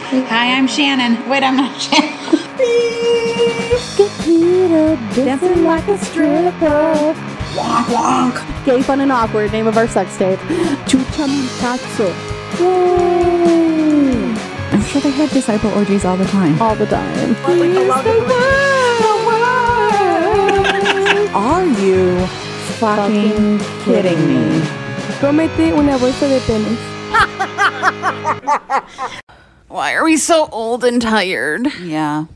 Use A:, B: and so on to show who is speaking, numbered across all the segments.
A: Hi, I'm Shannon. Wait, I'm not Shannon.
B: dancing like a stripper.
A: wonk, wonk.
B: Gay, fun, and awkward. Name of our sex tape. Chucha Mitazo. Woo!
C: I'm sure they had disciple orgies all the time.
B: All the time.
C: Are you fucking kidding me?
B: Comete una bolsa de penes.
A: Why are we so old and tired?
C: Yeah.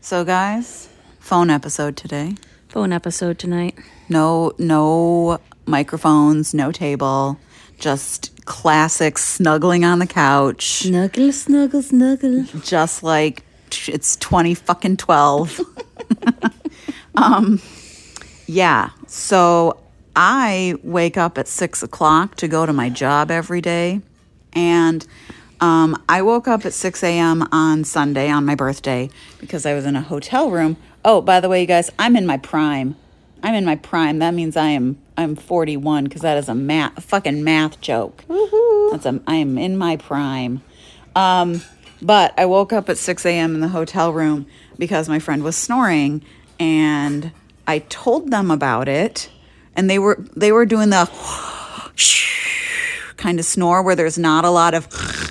C: So guys, phone episode today.
D: Phone episode tonight.
C: No no microphones, no table. Just classic snuggling on the couch.
D: Snuggle, snuggle, snuggle.
C: Just like t- it's 20 fucking 12. um yeah. So I wake up at six o'clock to go to my job every day. And um, I woke up at 6 a.m. on Sunday on my birthday because I was in a hotel room. Oh, by the way, you guys, I'm in my prime. I'm in my prime. That means I am I'm 41 because that is a math a fucking math joke. That's a, I am in my prime. Um, but I woke up at 6 a.m. in the hotel room because my friend was snoring, and I told them about it, and they were they were doing the kind of snore where there's not a lot of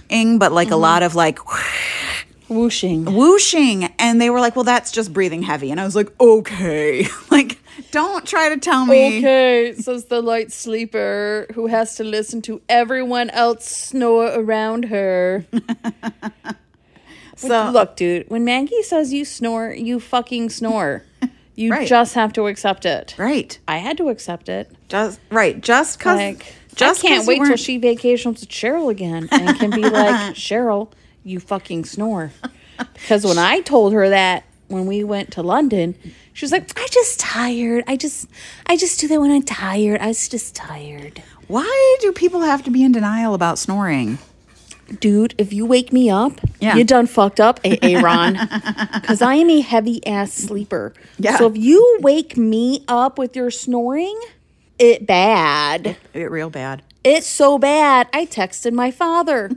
C: ing, but like a
E: Mm-hmm.
C: lot of like
D: Whooshing.
C: whooshing. And they were like, well, that's just breathing heavy. And I was like, okay. Like, don't try to tell me.
E: Okay, says the light sleeper who has to listen to everyone else snore around her.
C: So,
E: Look, dude, when Maggie says you snore, you fucking snore. You
C: Right.
E: just have to accept it.
C: right.
E: I had to accept it.
C: Just, right. Just because.
E: Like,
C: just
E: I
C: 'cause
E: can't
C: you
E: wait till
C: weren't-
E: she vacations with Cheryl again and can be like, Cheryl, you fucking snore. Because when I told her that when we went to London, she was like,
D: I just tired. I just, I just do that when I'm tired. I was just tired.
C: Why do people have to be in denial about snoring?
E: dude, if you wake me up,
C: Yeah.
E: you done fucked up, Aaron. Because I am a heavy ass sleeper.
C: Yeah.
E: So if you wake me up with your snoring, it bad.
C: It real bad.
E: It's so bad. I texted my father.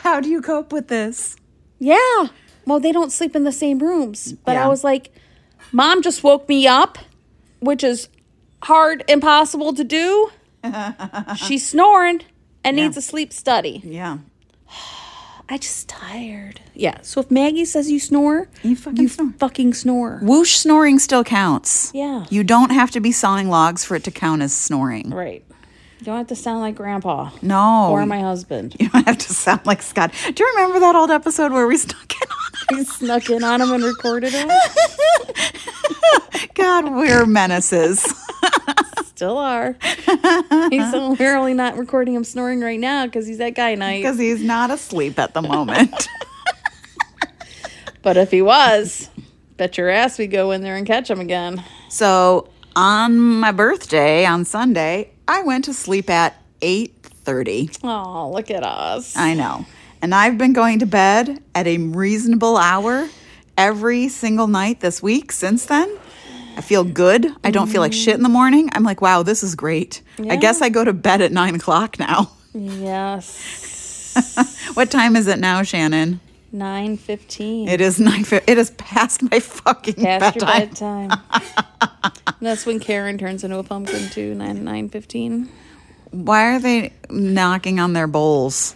C: How do you cope with this?
E: yeah. Well, they don't sleep in the same rooms. But
C: Yeah.
E: I was like, mom just woke me up, which is hard, impossible to do. She's snoring and needs a sleep study.
C: Yeah.
E: I just tired. Yeah. So if Maggie says you snore,
C: You fucking snore. Mm.
E: fucking snore.
C: Whoosh snoring still counts.
E: Yeah.
C: You don't have to be sawing logs for it to count as snoring.
E: Right. You don't have to sound like grandpa
C: No.
E: or my husband.
C: you don't have to sound like Scott. Do you remember that old episode where we snuck in on
E: I snuck in on him and recorded him.
C: it? God, we're menaces.
E: Still are. He's apparently not recording him snoring right now because he's that guy night.
C: Because he's not asleep at the moment.
E: But if he was, bet your ass we go in there and catch him again.
C: So on my birthday on Sunday, I went to sleep at 8:30.
E: Oh, look at us.
C: I know. And I've been going to bed at a reasonable hour every single night this week since then. I feel good. I don't feel like
E: Mm-hmm.
C: shit in the morning. I'm like, wow, this is great. I guess I go to bed at nine o'clock now.
E: Yes.
C: what time is it now, Shannon?
E: 9.15.
C: It is nine. fif- It is past my fucking
E: past
C: bedtime.
E: your bedtime. And That's when Karen turns into a pumpkin too. Nine nine fifteen.
C: Why are they knocking on their bowls?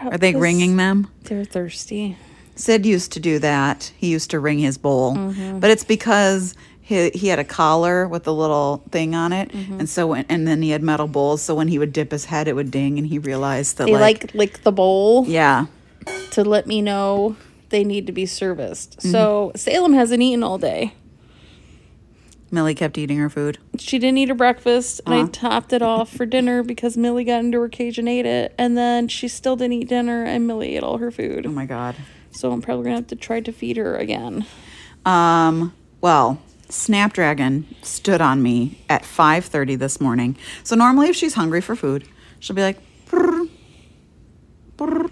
C: Are they ringing them?
E: They're thirsty.
C: Sid used to do that. He used to ring his bowl,
E: Mm-hmm.
C: but it's because he he had a collar with a little thing on it,
E: Mm-hmm.
C: and so when, and then he had metal bowls. So when he would dip his head, it would ding, and he realized that
E: They
C: like,
E: like, lick the bowl
C: yeah,
E: to let me know they need to be serviced. So Salem hasn't eaten all day.
C: Millie kept eating her food.
E: She didn't eat her breakfast, and I topped it off for dinner because Millie got into her cage and ate it, and then she still didn't eat dinner, and Millie ate all her food.
C: Oh my god.
E: So I'm probably gonna have to try to feed her again.
C: Um, well, Snapdragon stood on me at 5:30 this morning. So normally if she's hungry for food, she'll be like "Brr, brr."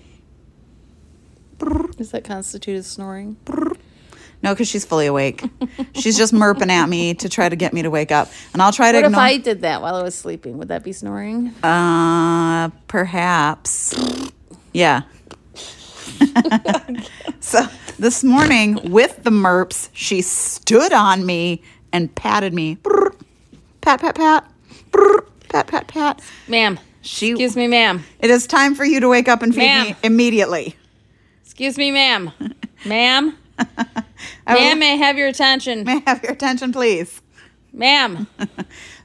E: Does that constitute as snoring?
C: no, because she's fully awake. she's just murping at me to try to get me to wake up, and I'll try to
E: What if
C: ignore.
E: I did that while I was sleeping? Would that be snoring?
C: Uh, perhaps. Yeah. This morning with the MERPs, she stood on me and patted me. Brr, pat, pat, pat. Brr, pat, pat, pat.
E: ma'am.
C: She-
E: excuse me, ma'am.
C: It is time for you to wake up and feed me
E: Ma'am.
C: immediately.
E: Excuse me, ma'am. ma'am.
C: would-
E: Ma'am, may I have your attention?
C: May I have your attention, please?
E: Ma'am.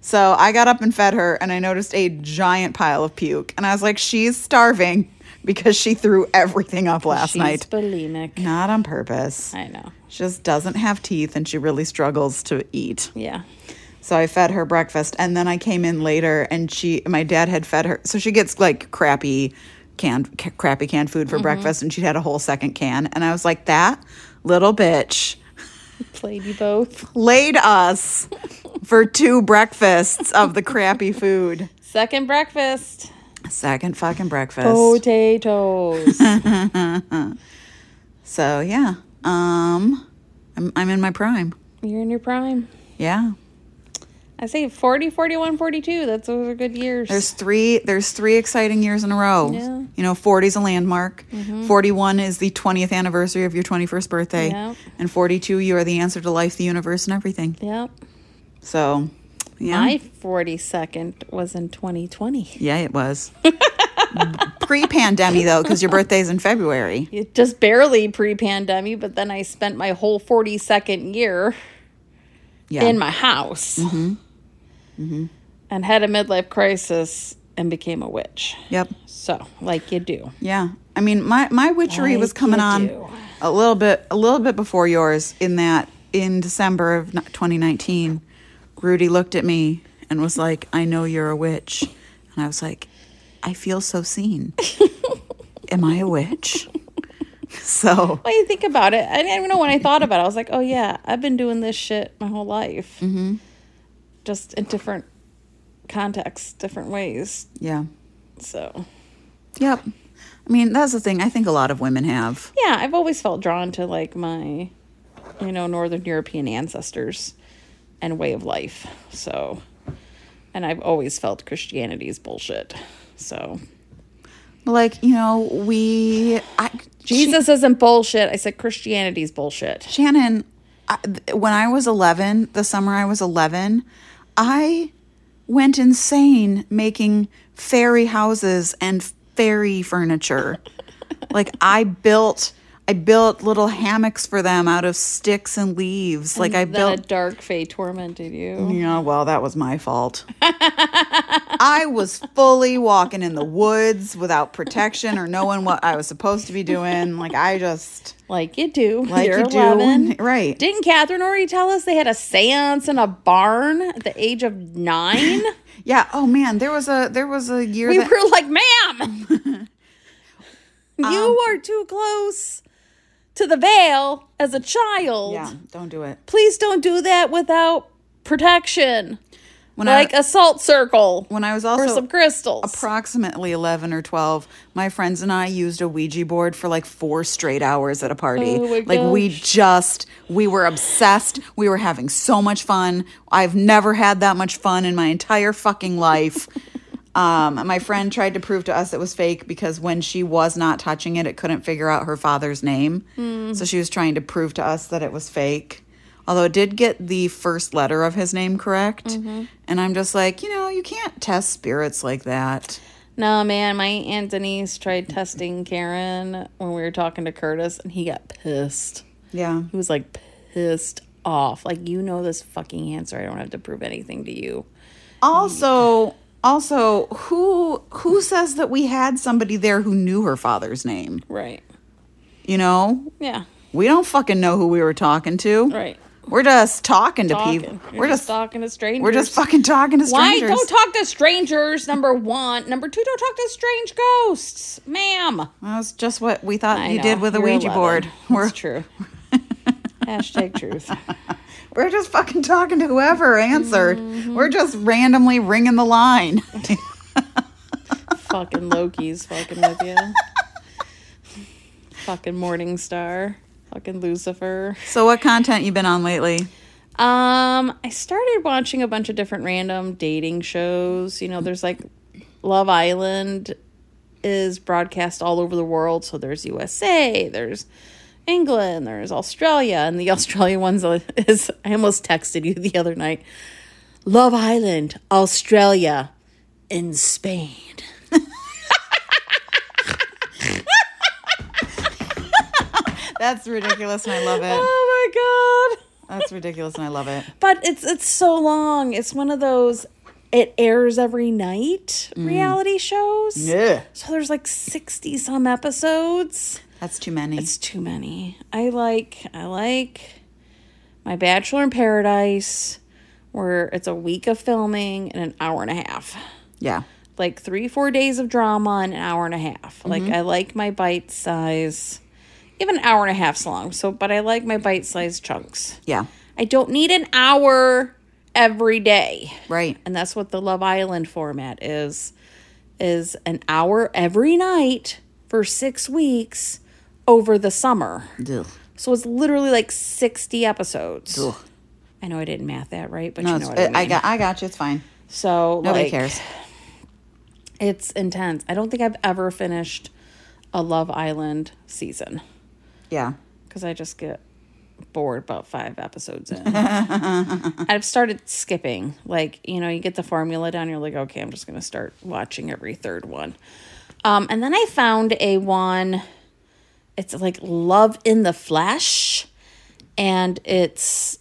C: So I got up and fed her, and I noticed a giant pile of puke. And I was like, she's starving because she threw everything up last
E: She's
C: night.
E: bulimic.
C: Not on purpose.
E: I know.
C: She just doesn't have teeth, and she really struggles to eat.
E: Yeah.
C: So I fed her breakfast, and then I came in later, and she, my dad had fed her. So she gets like crappy canned, ca- crappy canned food for breakfast, and she had a whole second can. And I was like, that little bitch
E: Played you both.
C: laid us for two breakfasts of the crappy food.
E: Second breakfast.
C: Second fucking breakfast.
E: Oh. Potatoes.
C: So yeah, um, I'm I'm in my prime.
E: You're in your prime.
C: Yeah,
E: I say 40, 41, 42. That's those are good years.
C: there's three there's three exciting years in a row.
E: Yeah. Mm-hmm.
C: You know, 40 is a landmark. 41 is the 20th anniversary of your 21st birthday,
E: Yep.
C: and 42 you are the answer to life, the universe, and everything.
E: yep.
C: So, yeah,
E: My 42nd was in 2020.
C: yeah, it was pre-pandemic though, because your birthday's in February.
E: It just barely pre pandemic, but then I spent my whole 42nd year
C: Yeah,
E: in my house and had a midlife crisis and became a witch.
C: yep.
E: So, like you do.
C: Yeah. I mean, my my witchery was
E: Like
C: coming
E: you
C: on
E: do.
C: a little bit a little bit before yours in that in December of n- 2019, Rudy looked at me and was like, "I know you're a witch." And I was like, "I feel so seen. Am I a witch?" So,
E: Well, you think about it. I don't know when I thought about it. I was like, oh, yeah, I've been doing this shit my whole life. Mm-hmm. Just in different contexts, different ways.
C: yeah.
E: So,
C: Yep. I mean, that's the thing I think a lot of women have.
E: yeah, I've always felt drawn to like my, you know, Northern European ancestors and way of life. So, and I've always felt Christianity is bullshit. So,
C: Like, you know, we I
E: Jesus isn't bullshit. I said Christianity is bullshit.
C: Shannon, I, th- when I was 11, the summer I was 11, I went insane making fairy houses and fairy furniture. like I built I built little hammocks for them out of sticks and leaves. Like I
E: Then a
C: built
E: dark fate tormented you.
C: yeah, well, that was my fault. I was fully walking in the woods without protection or knowing what I was supposed to be doing. Like I just
E: Like you do.
C: like
E: You're
C: you do,
E: 11.
C: right?
E: Didn't Catherine already tell us they had a seance in a barn at the age of nine?
C: Yeah. Oh man, there was a there was a year
E: we
C: that
E: were like, ma'am,
C: Um,
E: you are too close to the veil as a child.
C: yeah. Don't do it.
E: Please don't do that without protection,
C: When
E: like
C: I
E: a salt circle
C: when I was
E: or
C: also
E: some crystals.
C: approximately eleven or twelve, my friends and I used a Ouija board for like four straight hours at a party.
E: Oh, my
C: like we just we were obsessed. We were having so much fun. I've never had that much fun in my entire fucking life. Um, my friend tried to prove to us it was fake because when she was not touching it, it couldn't figure out her father's name.
E: Hmm.
C: So she was trying to prove to us that it was fake. Although it did get the first letter of his name correct.
E: Mm-hmm.
C: And I'm just like, you know, you can't test spirits like that.
E: no, man, my aunt Denise tried testing Karen when we were talking to Curtis, and he got pissed.
C: Yeah.
E: He was like pissed off. Like, you know this fucking answer. I don't have to prove anything to you.
C: Also, also, who who says that we had somebody there who knew her father's name?
E: Right.
C: You know,
E: Yeah.
C: we don't fucking know who we were talking to.
E: Right.
C: We're just talking to
E: Talking.
C: people.
E: You're
C: We're just
E: talking to strangers.
C: We're just fucking talking to
E: Why
C: strangers.
E: don't talk to strangers? Number one. Number two, don't talk to strange ghosts, ma'am.
C: That's just what we thought
E: I
C: you
E: know,
C: did with a
E: you're
C: Ouija
E: 11.
C: board. We're,
E: That's true. Hashtag truth.
C: we're just fucking talking to whoever answered. We're
E: Mm-hmm.
C: just randomly ringing the line.
E: fucking Loki's fucking with you. fucking Morning Star. Fucking Lucifer.
C: so, what content you been on lately?
E: Um, I started watching a bunch of different random dating shows. You know, there's like Love Island is broadcast all over the world, so there's USA, there's England, there's Australia, and the Australia ones is I almost texted you the other night. Love Island, Australia, in Spain.
C: That's ridiculous and I love it.
E: Oh my god.
C: That's ridiculous and I love it.
E: But it's it's so long. It's one of those it airs every night reality shows.
C: Yeah.
E: So there's like 60 some episodes.
C: That's too many.
E: It's too many. I like I like My Bachelor in Paradise where it's a week of filming and an hour and a half.
C: yeah.
E: Like 3-4 days of drama and an hour and a half. Like I like my bite size. Even an hour and a half's long. So but I like my bite size chunks.
C: Yeah.
E: I don't need an hour every day.
C: Right.
E: And that's what the Love Island format is is an hour every night for 6 weeks over the summer.
C: Ugh.
E: So it's literally like 60 episodes.
C: Ugh.
E: I know I didn't math that right, but
C: No,
E: you
C: it's,
E: know what I mean.
C: I got I got you. It's fine.
E: so
C: Nobody
E: like,
C: cares.
E: It's intense. I don't think I've ever finished a Love Island season
C: Yeah.
E: because I just get bored about five episodes in. I've started skipping. Like, you know, you get the formula down, you're like, okay, I'm just going to start watching every third one. Um, and then I found a one, it's like Love in the Flesh, and it's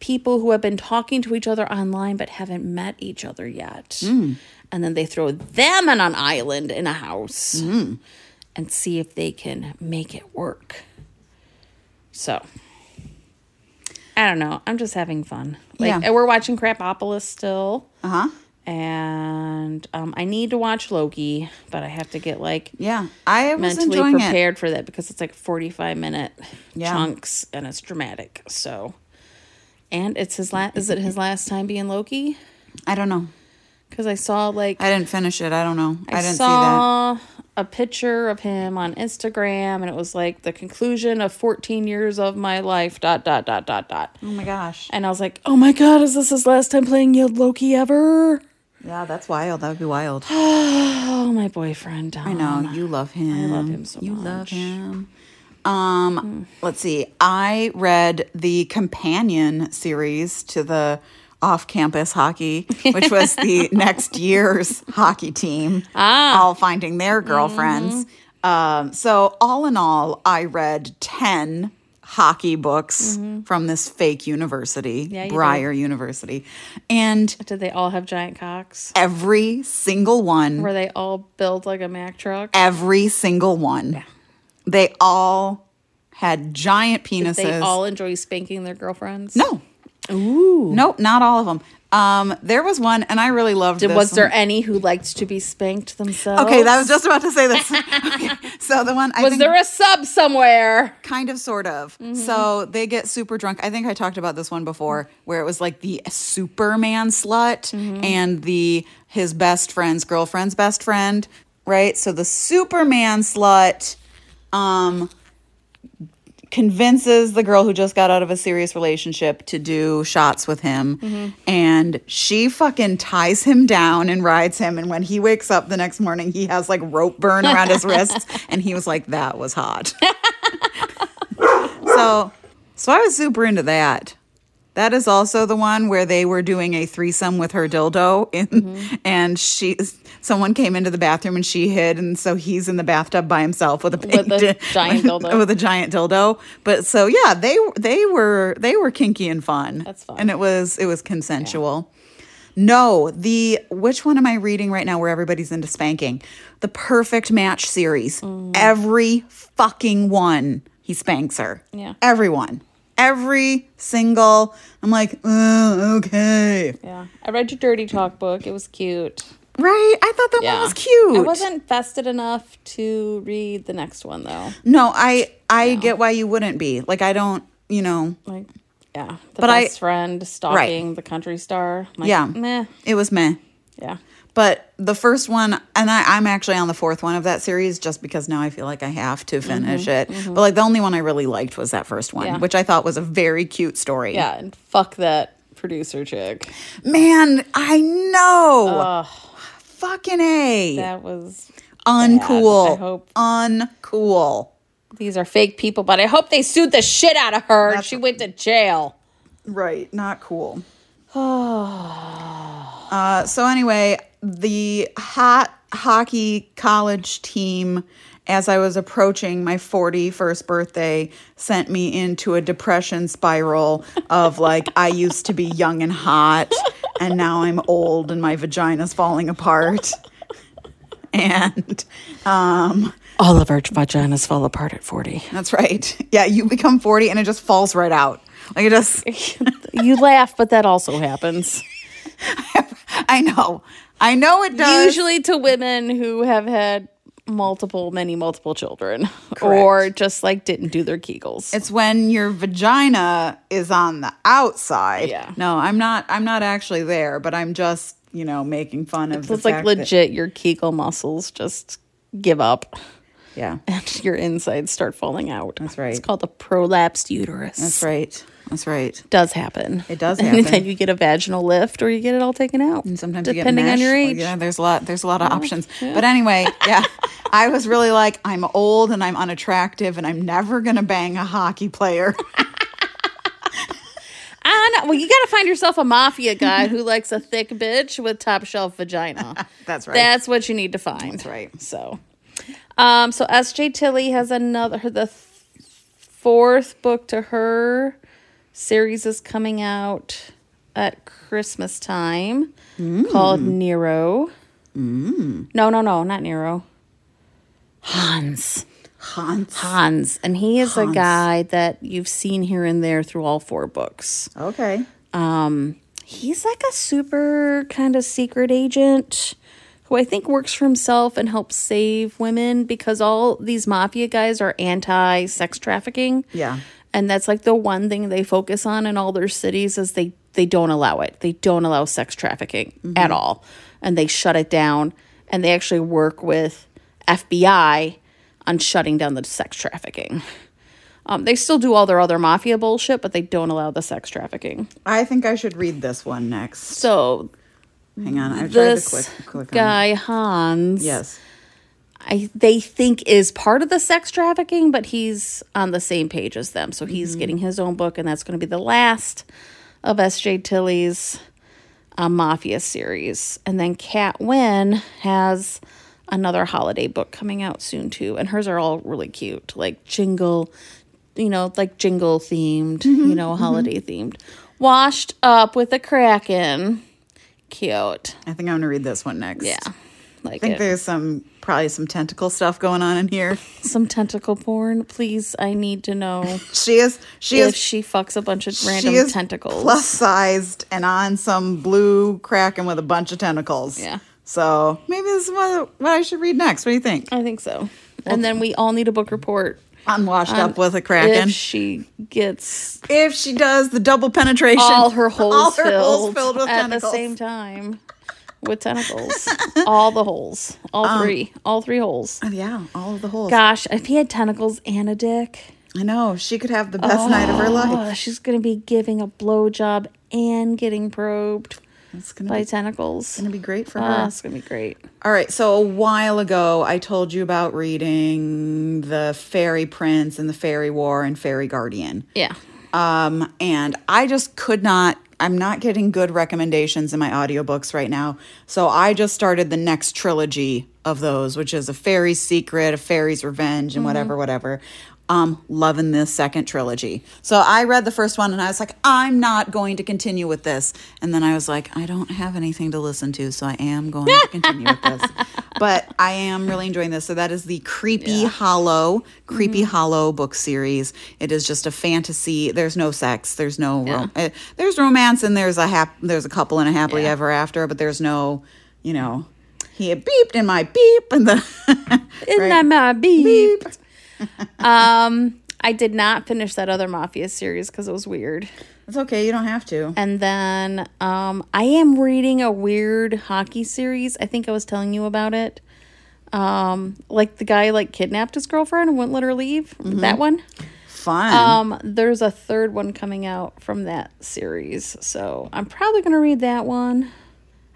E: people who have been talking to each other online but haven't met each other yet.
C: Mm.
E: And then they throw them on an island in a house
C: Mm.
E: and see if they can make it work. So I don't know. I'm just having fun. Like
C: Yeah.
E: and we're watching Crapopolis still.
C: Uh huh.
E: And um, I need to watch Loki, but I have to get like
C: Yeah. I was
E: mentally
C: enjoying it.
E: prepared for that because it's like 45 minute
C: Yeah.
E: chunks and it's dramatic. So and it's his last is it his last time being Loki?
C: I don't know.
E: Cuz I saw like
C: I didn't finish it. I don't know. I,
E: I
C: didn't see
E: saw a picture of him on Instagram, and it was like the conclusion of 14 years of my life. Dot dot dot dot dot.
C: that. Oh my gosh.
E: And I was like, oh my god, is this his last time playing Yield Loki ever?
C: Yeah, that's wild. That would be wild.
E: Oh my boyfriend. Dom.
C: I know you love him. I
E: Um, love him so
C: You love
E: much. Hmm.
C: him. Um, let's see. I read the companion series to the off-campus hockey, which was the next year's hockey team
E: Ah.
C: all finding their girlfriends.
E: Mm-hmm.
C: Um, so all in all, I read ten hockey books from this fake university,
E: Mm-hmm. you did.
C: Briar University, and
E: Did they all have giant cocks?
C: every single one
E: Were they all built like a Mack truck?
C: every single one. They all had giant penises.
E: They all enjoy spanking their girlfriends.
C: no. Ooh. Nope, not all of them. Um, there was one, and I really loved
E: Did,
C: this.
E: was there
C: one.
E: any who liked to be spanked themselves?
C: Okay, I was just about to say this. Okay, So the one I
E: Was
C: think
E: there a Mm-hmm. sub somewhere?
C: kind of sort of. So they get super drunk. I think I talked about this one
E: Mm-hmm.
C: before where it was like the Superman slut and the his best friend's girlfriend's best friend, right? So the Superman slut um convinces the girl who just got out of a serious relationship to do shots with him and she fucking ties him down and rides him and when he wakes up the next morning he has like rope burn around his wrists and he was like that was hot so so I was super into that. That is also the one where they were doing a threesome with her dildo in, and she someone came into the bathroom and she hid and so he's in the bathtub by himself with a big
E: a
C: di-
E: giant dildo.
C: with a giant dildo. But so yeah, they they were they were kinky and fun.
E: That's fun.
C: And it was it was consensual. No, the which one am I reading right now where everybody's into spanking? The Perfect Match series.
E: Mm.
C: Every fucking one he spanks her.
E: Yeah.
C: Everyone. Every single I'm like, "Oh, okay.
E: Yeah. I read your dirty talk book. It was cute.
C: Right? I thought that
E: Yeah.
C: one was cute.
E: I wasn't vested enough to read the next one though.
C: No, I I get why you wouldn't be. Like I don't, you know,
E: Like yeah. The
C: But I-
E: best friend stalking the country star. Like,
C: Yeah.
E: Meh.
C: it was meh.
E: Yeah.
C: But the first one, and I, I'm actually on the fourth one of that series just because now I feel like I have to finish it. But like the only one I really liked was that first one,
E: Mm-hmm, Yeah.
C: which I thought was a very cute story.
E: Yeah. And fuck that producer chick.
C: Man, I know. Fucking A.
E: That was bad. I
C: Uncool.
E: hope
C: Uncool.
E: These are fake people, but I hope they sued the shit out of her and she went to jail.
C: Right, not cool. uh, so anyway, the hot hockey college team, as I was approaching my 41st birthday, sent me into a depression spiral of like, I used to be young and hot, and now I'm old and my vagina's falling apart. And um,
E: All of our vaginas fall apart at 40.
C: that's right. Yeah, you become 40 and it just falls right out. Like it just
E: you laugh, but that also happens.
C: I know. I know it does.
E: Usually to women who have had multiple, many, multiple children or just like didn't do their Kegels.
C: it's when your vagina is on the outside.
E: Yeah.
C: No, I'm not I'm not actually there, but I'm just, you know, making fun of
E: So
C: the
E: it's like
C: fact that-
E: legit your Kegel muscles just give up
C: yeah.
E: and your insides start falling out.
C: That's right.
E: It's called a prolapsed uterus.
C: That's right. That's right.
E: does happen.
C: It does
E: And
C: happen.
E: then you get a vaginal lift or you get it all taken out.
C: And sometimes
E: depending
C: you get
E: on your
C: mesh.
E: age.
C: Yeah, there's a lot there's a lot of options. But anyway, yeah. I was really like, I'm old and I'm unattractive and I'm never gonna bang a hockey player.
E: I know. Well, you got to find yourself a mafia guy who likes a thick bitch with top shelf vagina.
C: That's right.
E: That's what you need to find. That's
C: right.
E: So, um, so S.J. Tilly has another her- the th- fourth book to her series is coming out at Christmas time called Nero. Mm. No, no, no, not Nero. Hans.
C: Hans.
E: Hans, and he is a guy that you've seen here and there through all four books.
C: Okay.
E: Um, he's like a super kind of secret agent who I think works for himself and helps save women because all these mafia guys are anti sex trafficking.
C: Yeah.
E: And that's like the one thing they focus on in all their cities is they they don't allow it. They don't allow sex trafficking at all. And they shut it down and they actually work with FBI on shutting down the sex trafficking. Um, they still do all their other mafia bullshit, but they don't allow the sex trafficking.
C: I think I should read this one next.
E: So
C: Hang on. I tried to
E: this
C: click click on it.
E: guy Hans,
C: Yes.
E: I they think is part of the sex trafficking, but he's on the same page as them, so he's
C: Mm-hmm.
E: getting his own book, and that's going to be the last of S.J. Tilly's uh, mafia series. And then Cat Wynn has another holiday book coming out soon too, and hers are all really cute, like jingle, you know, like jingle themed,
C: Mm-hmm.
E: you know, holiday themed. Washed up with a kraken, cute.
C: I think I'm gonna read this one next.
E: Yeah. Like
C: I think
E: it.
C: there's some probably some tentacle stuff going on in here.
E: some tentacle porn. Please, I need to know
C: She is she
E: if
C: is
E: she fucks a bunch of
C: she
E: random
C: is
E: tentacles.
C: plus sized and on some blue kraken with a bunch of tentacles.
E: Yeah.
C: So maybe this is what, what I should read next. What do you think?
E: I think so. and then we all need a book report.
C: I'm washed
E: on
C: up with a kraken.
E: Um, If
C: If she,
E: she gets
C: does the double penetration,
E: all her holes,
C: all her
E: filled,
C: holes filled with
E: at
C: tentacles.
E: the same time with tentacles, all the holes, all
C: Um,
E: three, all three holes.
C: yeah, all of the holes.
E: Gosh, if he had tentacles and a dick,
C: I know she could have the best night of her life.
E: oh, she's gonna be giving a blowjob and getting probed
C: It's gonna
E: by
C: be,
E: tentacles.
C: gonna be great for
E: Ah,
C: her.
E: it's gonna be great.
C: All right, so a while ago, I told you about reading The Fairy Prince and The Fairy War and Fairy Guardian.
E: Yeah.
C: Um, and I just could not, I'm not getting good recommendations in my audiobooks right now. So I just started the next trilogy of those, which is A Fairy's Secret, A Fairy's Revenge, and whatever, whatever. Um, loving this second trilogy. So I read the first one and I was like, I'm not going to continue with this. And then I was like, I don't have anything to listen to, so I am going to continue with this. But I am really enjoying this. So that is the Creepy Hollow, Creepy
E: Mm-hmm.
C: Hollow book series. It is just a fantasy. There's no sex. There's no. Rom- eh, there's romance and there's a hap- There's a couple and a happily ever after, but there's no. You know, he had beeped in my beep and the.
E: Isn't that my beep? um, I did not finish that other Mafia series because it was weird.
C: it's okay. You don't have to.
E: And then um, I am reading a weird hockey series. I think I was telling you about it. Um, like the guy like kidnapped his girlfriend and wouldn't let her leave. That one.
C: Fun.
E: Um, there's a third one coming out from that series, so I'm probably gonna read that one.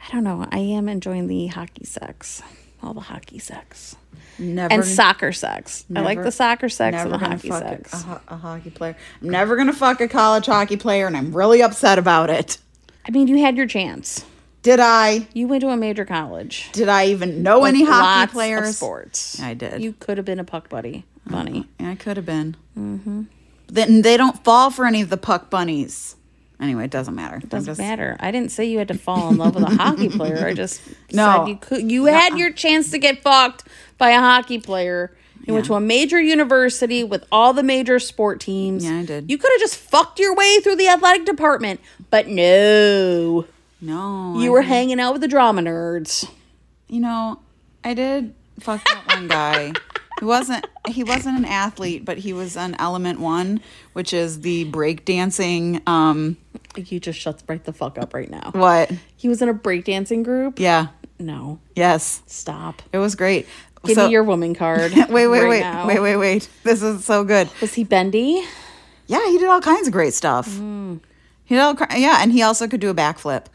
E: I don't know. I am enjoying the hockey sex. all the hockey sex
C: Never
E: and soccer sex. I like
C: never-
E: the soccer sex
C: never
E: and the
C: gonna
E: hockey
C: fuck Uh-huh. a-
E: sex.
C: A, ho- a hockey player. I'm never gonna fuck a college hockey player, and I'm really upset about it.
E: I mean, you had your chance.
C: Did I?
E: You went to a major college.
C: Did I even know any hockey
E: Lots
C: players?
E: Of sports.
C: I did. Uh-huh.
E: You could have been a puck buddy, bunny.
C: Yeah, I could have been. Mm-hmm. Then they don't fall for any of the puck bunnies. Anyway, it doesn't matter. I'm
E: Doesn't
C: just-
E: matter. I didn't say you had to fall in love with a hockey player. I just
C: No.
E: said you could. You had your chance to get fucked by a hockey player. You went to a major university with all the major sport teams.
C: Yeah, I did.
E: You could have just fucked your way through the athletic department, but no.
C: No, Oh, I-
E: You were hanging out with the drama nerds.
C: you know, I did fuck that one guy. He wasn't he wasn't an athlete, but he was an element one, which is the breakdancing um
E: You just shut right the fuck up right now.
C: what?
E: He was in a breakdancing group?
C: Yeah.
E: No.
C: Yes.
E: Stop.
C: It was great.
E: Give
C: So-
E: me your woman card.
C: Wait, wait,
E: right
C: wait.
E: now.
C: Wait, wait, wait. This is so good.
E: Was he bendy?
C: Yeah, he did all kinds of great stuff. He did all, ki- yeah, and he also could do a backflip.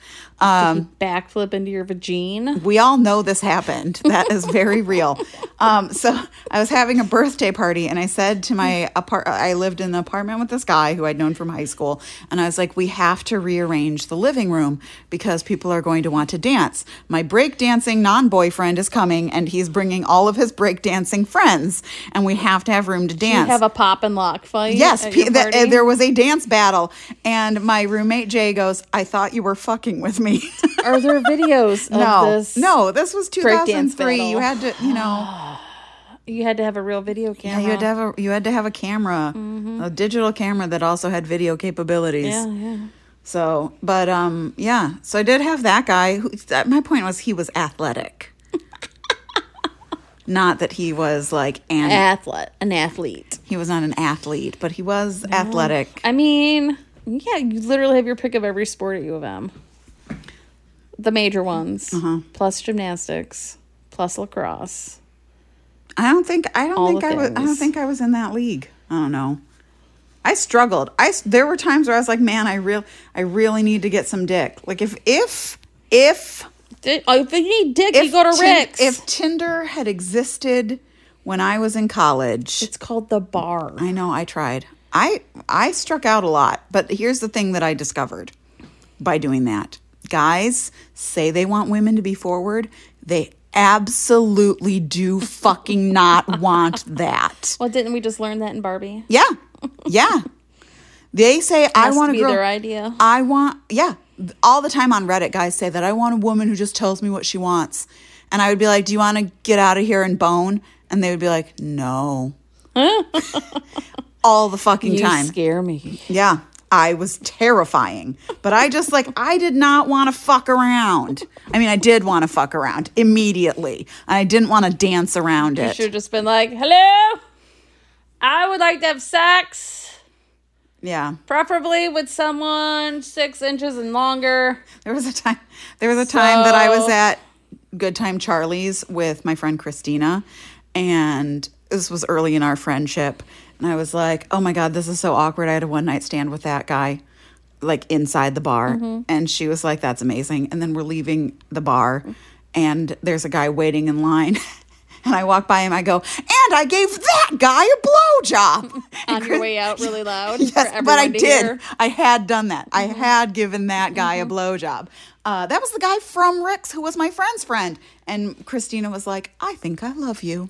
C: Um
E: Backflip into your vagine?
C: we all know this happened. That is very real. Um, so I was having a birthday party, and I said to my apart, I lived in the apartment with this guy who I'd known from high school, and I was like, we have to rearrange the living room because people are going to want to dance. My breakdancing non boyfriend is coming, and he's bringing all of his breakdancing friends, and we have to have room to
E: You
C: dance.
E: have a pop and lock fight?
C: Yes,
E: at
C: pe-
E: your
C: th-
E: party?
C: there was a dance battle, and my roommate Jay goes, "I thought you were fucking with me."
E: Are there videos of
C: no,
E: this?
C: no, this was
E: breakdance
C: 2003. You had
E: battle.
C: to, you know,
E: You had to have a real video camera.
C: yeah, you had to have a you had to have a camera, a digital camera that also had video capabilities.
E: Mm-hmm. Yeah, yeah.
C: So, but um, yeah, so I did have that guy. Who, that, my point was he was athletic, not that he was like an
E: Athlete. An athlete.
C: he was not an athlete, but he was athletic.
E: I mean, yeah, you literally have your pick of every sport at U of M. The major ones,
C: Uh-huh.
E: plus gymnastics, plus lacrosse.
C: I don't think I don't
E: All
C: think
E: the
C: I was I don't
E: things.
C: think I was in that league. I don't know. I struggled. I s- there were times where I was like, man, I real I really need to get some dick. Like if if if
E: Di- oh, If you need dick,
C: if
E: you go to
C: Tin-
E: Rick's.
C: if Tinder had existed when I was in college,
E: it's called the bar.
C: I know I tried. I I struck out a lot, but here's the thing that I discovered by doing that. Guys say they want women to be forward. They absolutely do fucking not want that.
E: Well, didn't we just learn that in Barbie?
C: Yeah. Yeah. They say I
E: Has to
C: want a
E: be
C: girl.
E: their idea.
C: I want yeah. All the time on Reddit guys say that I want a woman who just tells me what she wants. And I would be like, "Do you want to get out of here and bone?" And they would be like, "No." All the fucking
E: You
C: time.
E: scare me.
C: Yeah. I was terrifying. But I just like I did not want to fuck around. I mean, I did want to fuck around immediately. I didn't want to dance around
E: You
C: it.
E: should have just been like, hello, I would like to have sex,
C: Yeah.
E: preferably with someone six inches and longer.
C: There was a time. There was a time that I was at Good Time Charlie's with my friend Christina, and this was early in our friendship. And I was like, "Oh my god, this is so awkward." I had a one night stand with that guy, like inside the bar, and she was like, "That's amazing." And then we're leaving the bar, and there's a guy waiting in line. And I walk by him, I go, and I gave that guy a blowjob. And
E: On your
C: Chris-
E: way out really loud for
C: Yes, but I
E: everyone to
C: did.
E: hear. Mm-hmm.
C: I had done that. I had given that guy a blowjob. Uh, that was the guy from Rick's who was my friend's friend. And Christina was like, I think I love you.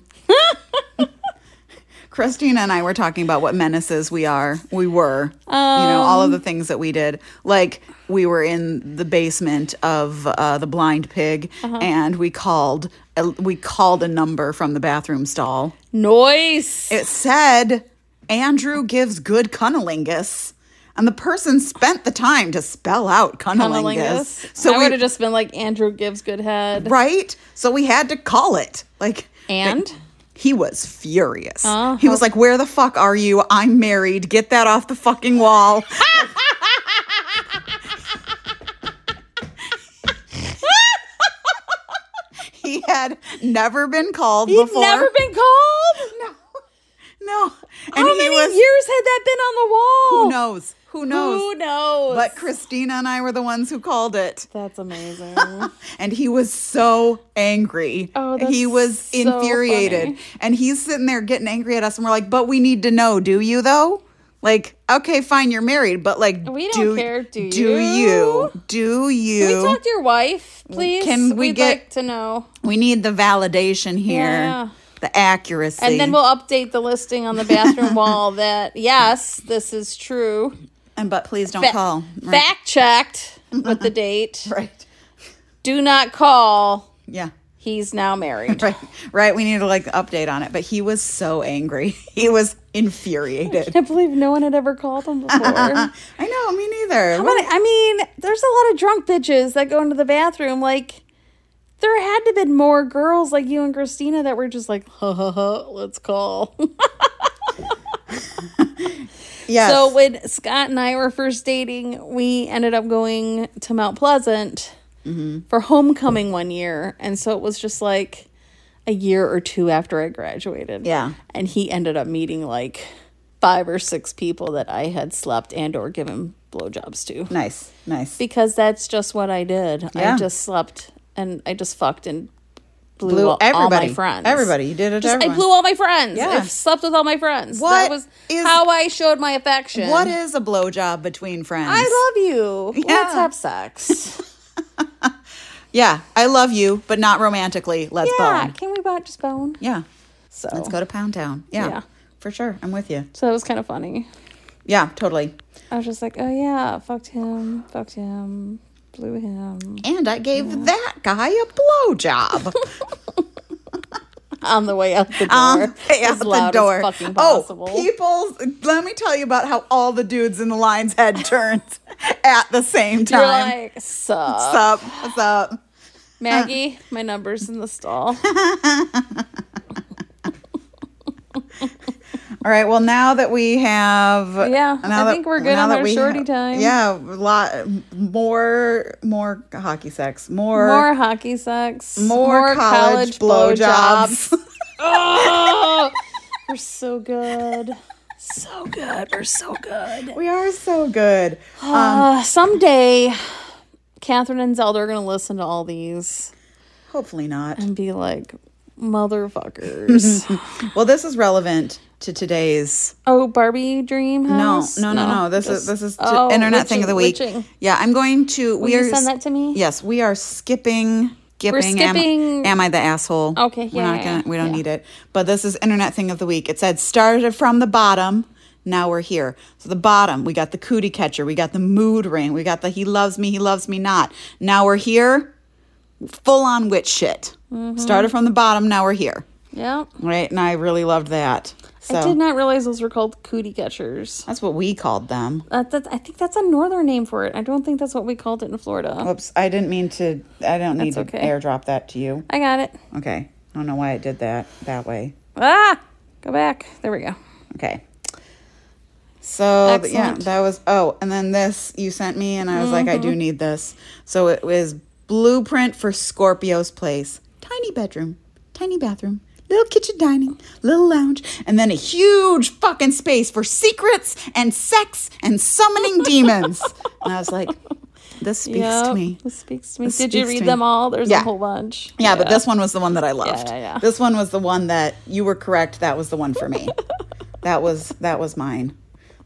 C: Christina and I were talking about what menaces we are. We were, you know,
E: Um.
C: all of the things that we did. Like we were in the basement of uh, the blind pig,
E: Uh-huh.
C: and we called uh, we called a number from the bathroom stall.
E: Noise.
C: It said Andrew gives good cunnilingus. And the person spent the time to spell out cunnilingus.
E: Cunnilingus. So I
C: So
E: would have
C: we,
E: just been like, Andrew gives good head.
C: right? So we had to call it. Like
E: And? Uh-huh.
C: he was furious. He was like, "Where the fuck are you? I'm married. Get that off the fucking wall." he had never been called
E: He'd
C: before.
E: never been called.
C: No. No. And
E: How
C: he
E: many
C: was
E: years had that been on the wall?
C: who knows? Who knows?
E: Oh, Who knows?
C: But Christina and I were the ones who called it.
E: That's amazing.
C: And he was so angry.
E: Oh, that's
C: he was
E: so
C: infuriated.
E: funny.
C: And he's sitting there getting angry at us. And we're like, but we need to know, do you though? Like, okay, fine, you're married, but like,
E: We don't care, do
C: Do
E: you?
C: you? Do you?
E: Can we talk to your wife, please?
C: Can we
E: We'd
C: get-
E: like to know?
C: We need the validation here,
E: Yeah.
C: the accuracy.
E: And then we'll update the listing on the bathroom wall that yes, this is true.
C: And but please don't
E: Fa-
C: call.
E: Fact checked with the date.
C: Right.
E: Do not call.
C: Yeah.
E: He's now married.
C: Right. Right. We need to like update on it. But he was so angry. He was infuriated.
E: I believe no one had ever called him before. But
C: I know. Me neither. What-
E: I mean, there's a lot of drunk bitches that go into the bathroom. Like, there had to have been more girls like you and Christina that were just like, ha ha ha, let's call.
C: Yes.
E: So when Scott and I were first dating, we ended up going to Mount Pleasant
C: Mm-hmm.
E: for homecoming one year, and so it was just like a year or two after I graduated.
C: Yeah.
E: and he ended up meeting like five or six people that I had slept and or given blowjobs to
C: nice. Nice.
E: because that's just what I did.
C: Yeah.
E: I just slept and I just fucked and blew,
C: Blew
E: all- all,
C: everybody.
E: my friends.
C: Everybody. You did it to
E: Just- I
C: everyone.
E: blew all my friends.
C: Yeah.
E: I slept with all my friends.
C: What
E: that was
C: is-
E: how I showed my affection.
C: What is a blowjob between friends?
E: I love you.
C: Yeah.
E: Let's have sex.
C: yeah. I love you, but not romantically. Let's
E: yeah,
C: bone.
E: can we bo- just bone?
C: Yeah.
E: So,
C: Let's go to Pound Town. Yeah.
E: Yeah.
C: For sure. I'm with you.
E: so that was kind of funny.
C: Yeah. Totally.
E: I was just like, oh yeah, fucked him, fucked him, blew him
C: And I gave that guy a blowjob.
E: on the way out the door.
C: Um, hey,
E: as
C: out the
E: loud as
C: door.
E: fucking possible.
C: Oh, people! Let me tell you about how all the dudes in the line's head turns at the same
E: You're
C: time.
E: like, sup,
C: what's up? What's up?
E: Maggie? My number's in the stall.
C: All right. Well, now that we have,
E: Yeah,
C: now
E: I think we're good
C: now
E: on
C: that
E: our
C: we
E: shorty
C: have-
E: time.
C: Yeah, a lot more, more hockey sex, more,
E: More hockey sex.
C: more, college, blowjobs.
E: oh, we're so good. So good. We're so good.
C: we are so good.
E: Uh, someday, Catherine and Zelda are going to listen to all these
C: Hopefully not.
E: and be like, motherfuckers.
C: Well, this is relevant to today's
E: oh, Barbie Dream
C: No,
E: House?
C: no, no, no. This
E: just-
C: is this is t-
E: oh,
C: internet thing of the week.
E: witching, witching.
C: Yeah, I'm going to. we
E: you
C: are
E: send that to me?
C: Yes, we are skipping. Skipping. am- Am,
E: skipping-
C: I the asshole?
E: Okay,
C: We're
E: yeah,
C: not
E: yeah,
C: gonna. We don't
E: yeah.
C: need it. But this is internet thing of the week. It said started from the bottom. Now we're here. So the bottom, we got the cootie catcher, we got the mood ring, we got the he loves me, he loves me not. Now we're here. Full on witch shit.
E: Mm-hmm.
C: Started from the bottom. Now we're here.
E: Yeah.
C: Right, and I really loved that. So
E: I did not realize those were called cootie catchers.
C: that's what we called them.
E: Uh, that's, I think that's a northern name for it. I don't think that's what we called it in Florida.
C: Whoops, I didn't mean to. I don't need
E: That's
C: to
E: okay.
C: airdrop that to you.
E: I got it.
C: Okay. I don't know why I did that that way.
E: Ah, go back. There we go.
C: Okay. So th- yeah,
E: Excellent. Mm-hmm.
C: that was. Oh, and then this you sent me, and I was like, I do need this. So it was blueprint for Scorpio's place. Tiny bedroom, tiny bathroom, little kitchen dining, little lounge, and then a huge fucking space for secrets and sex and summoning demons. And I was like, this speaks to
E: Yep,
C: me.
E: This speaks to me.
C: This
E: Did you
C: speaks to
E: read
C: me.
E: them all? There's
C: Yeah.
E: a whole bunch.
C: Yeah, but this one was the one that I loved.
E: yeah, yeah.
C: This one was the one that you were correct. That was the one for me. that was that was mine.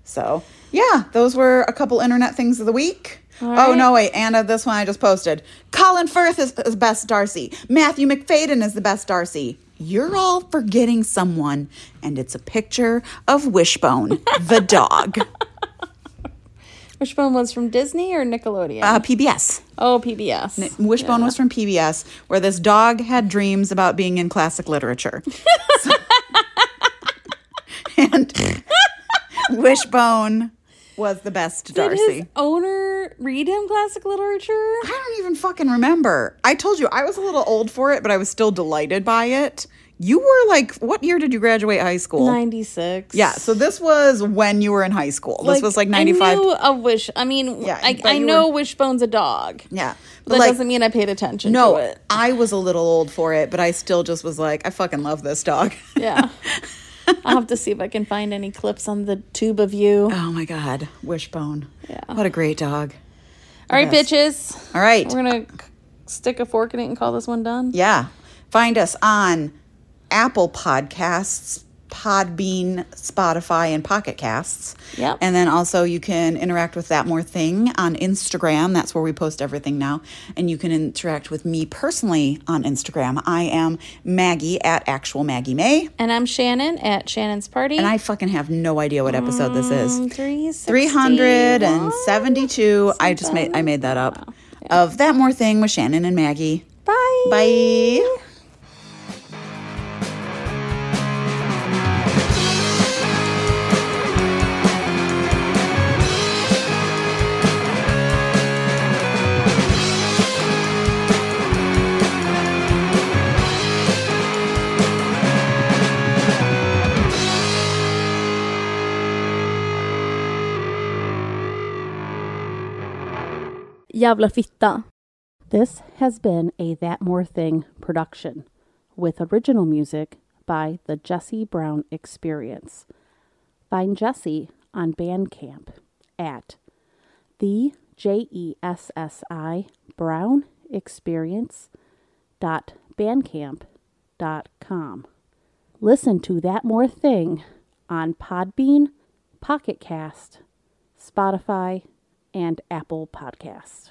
C: So yeah, those were a couple internet things of the week. Oh
E: right.
C: no, wait, Anna, this one I just posted. Colin Firth is, is best Darcy. Matthew McFadden is the best Darcy. You're all forgetting someone, and it's a picture of Wishbone, the dog.
E: Which one was from Disney or Nickelodeon?
C: Uh, PBS.
E: oh, PBS.
C: Wishbone was from PBS, where this dog had dreams about being in classic literature. So- and Wishbone was the best
E: Did
C: Darcy.
E: his owner read him classic literature?
C: I don't even fucking remember. I told you I was a little old for it, but I was still delighted by it. You were like, what year did you graduate high school?
E: 96.
C: Yeah, so this was when you were in high school. This was like 95.
E: I knew a wish. I mean,
C: Yeah,
E: I,
C: but
E: I
C: you
E: know
C: were-
E: Wishbone's a dog.
C: yeah.
E: But that doesn't mean I paid attention
C: No,
E: to it.
C: I was a little old for it, but I still just was like, I fucking love this dog.
E: Yeah. I'll have to see if I can find any clips on the tube of you.
C: Oh my God, Wishbone. Yeah. What a great dog.
E: All right, bitches.
C: All right.
E: We're going to stick a fork in it and call this one done.
C: Yeah. Find us on Apple Podcasts, Podbean, Spotify, and Pocket Casts.
E: Yep.
C: And then also you can interact with That More Thing on Instagram. That's where we post everything now. And you can interact with me personally on Instagram. I am Maggie at Actual Maggie May.
E: And I'm Shannon at Shannon's Party.
C: And I fucking have no idea what episode this
E: Mm,
C: is.
E: 360.
C: 372. I just made I made that up. Of That More Thing with Shannon and Maggie.
E: Bye.
C: Bye.
F: Jävla fitta.
B: This has been a That More Thing production with original music by the Jesse Brown Experience. Find Jesse on Bandcamp at the J E S S I Brown Experience dot bandcamp dot com. Listen to That More Thing on Podbean, Pocket Cast, Spotify, and Apple Podcast.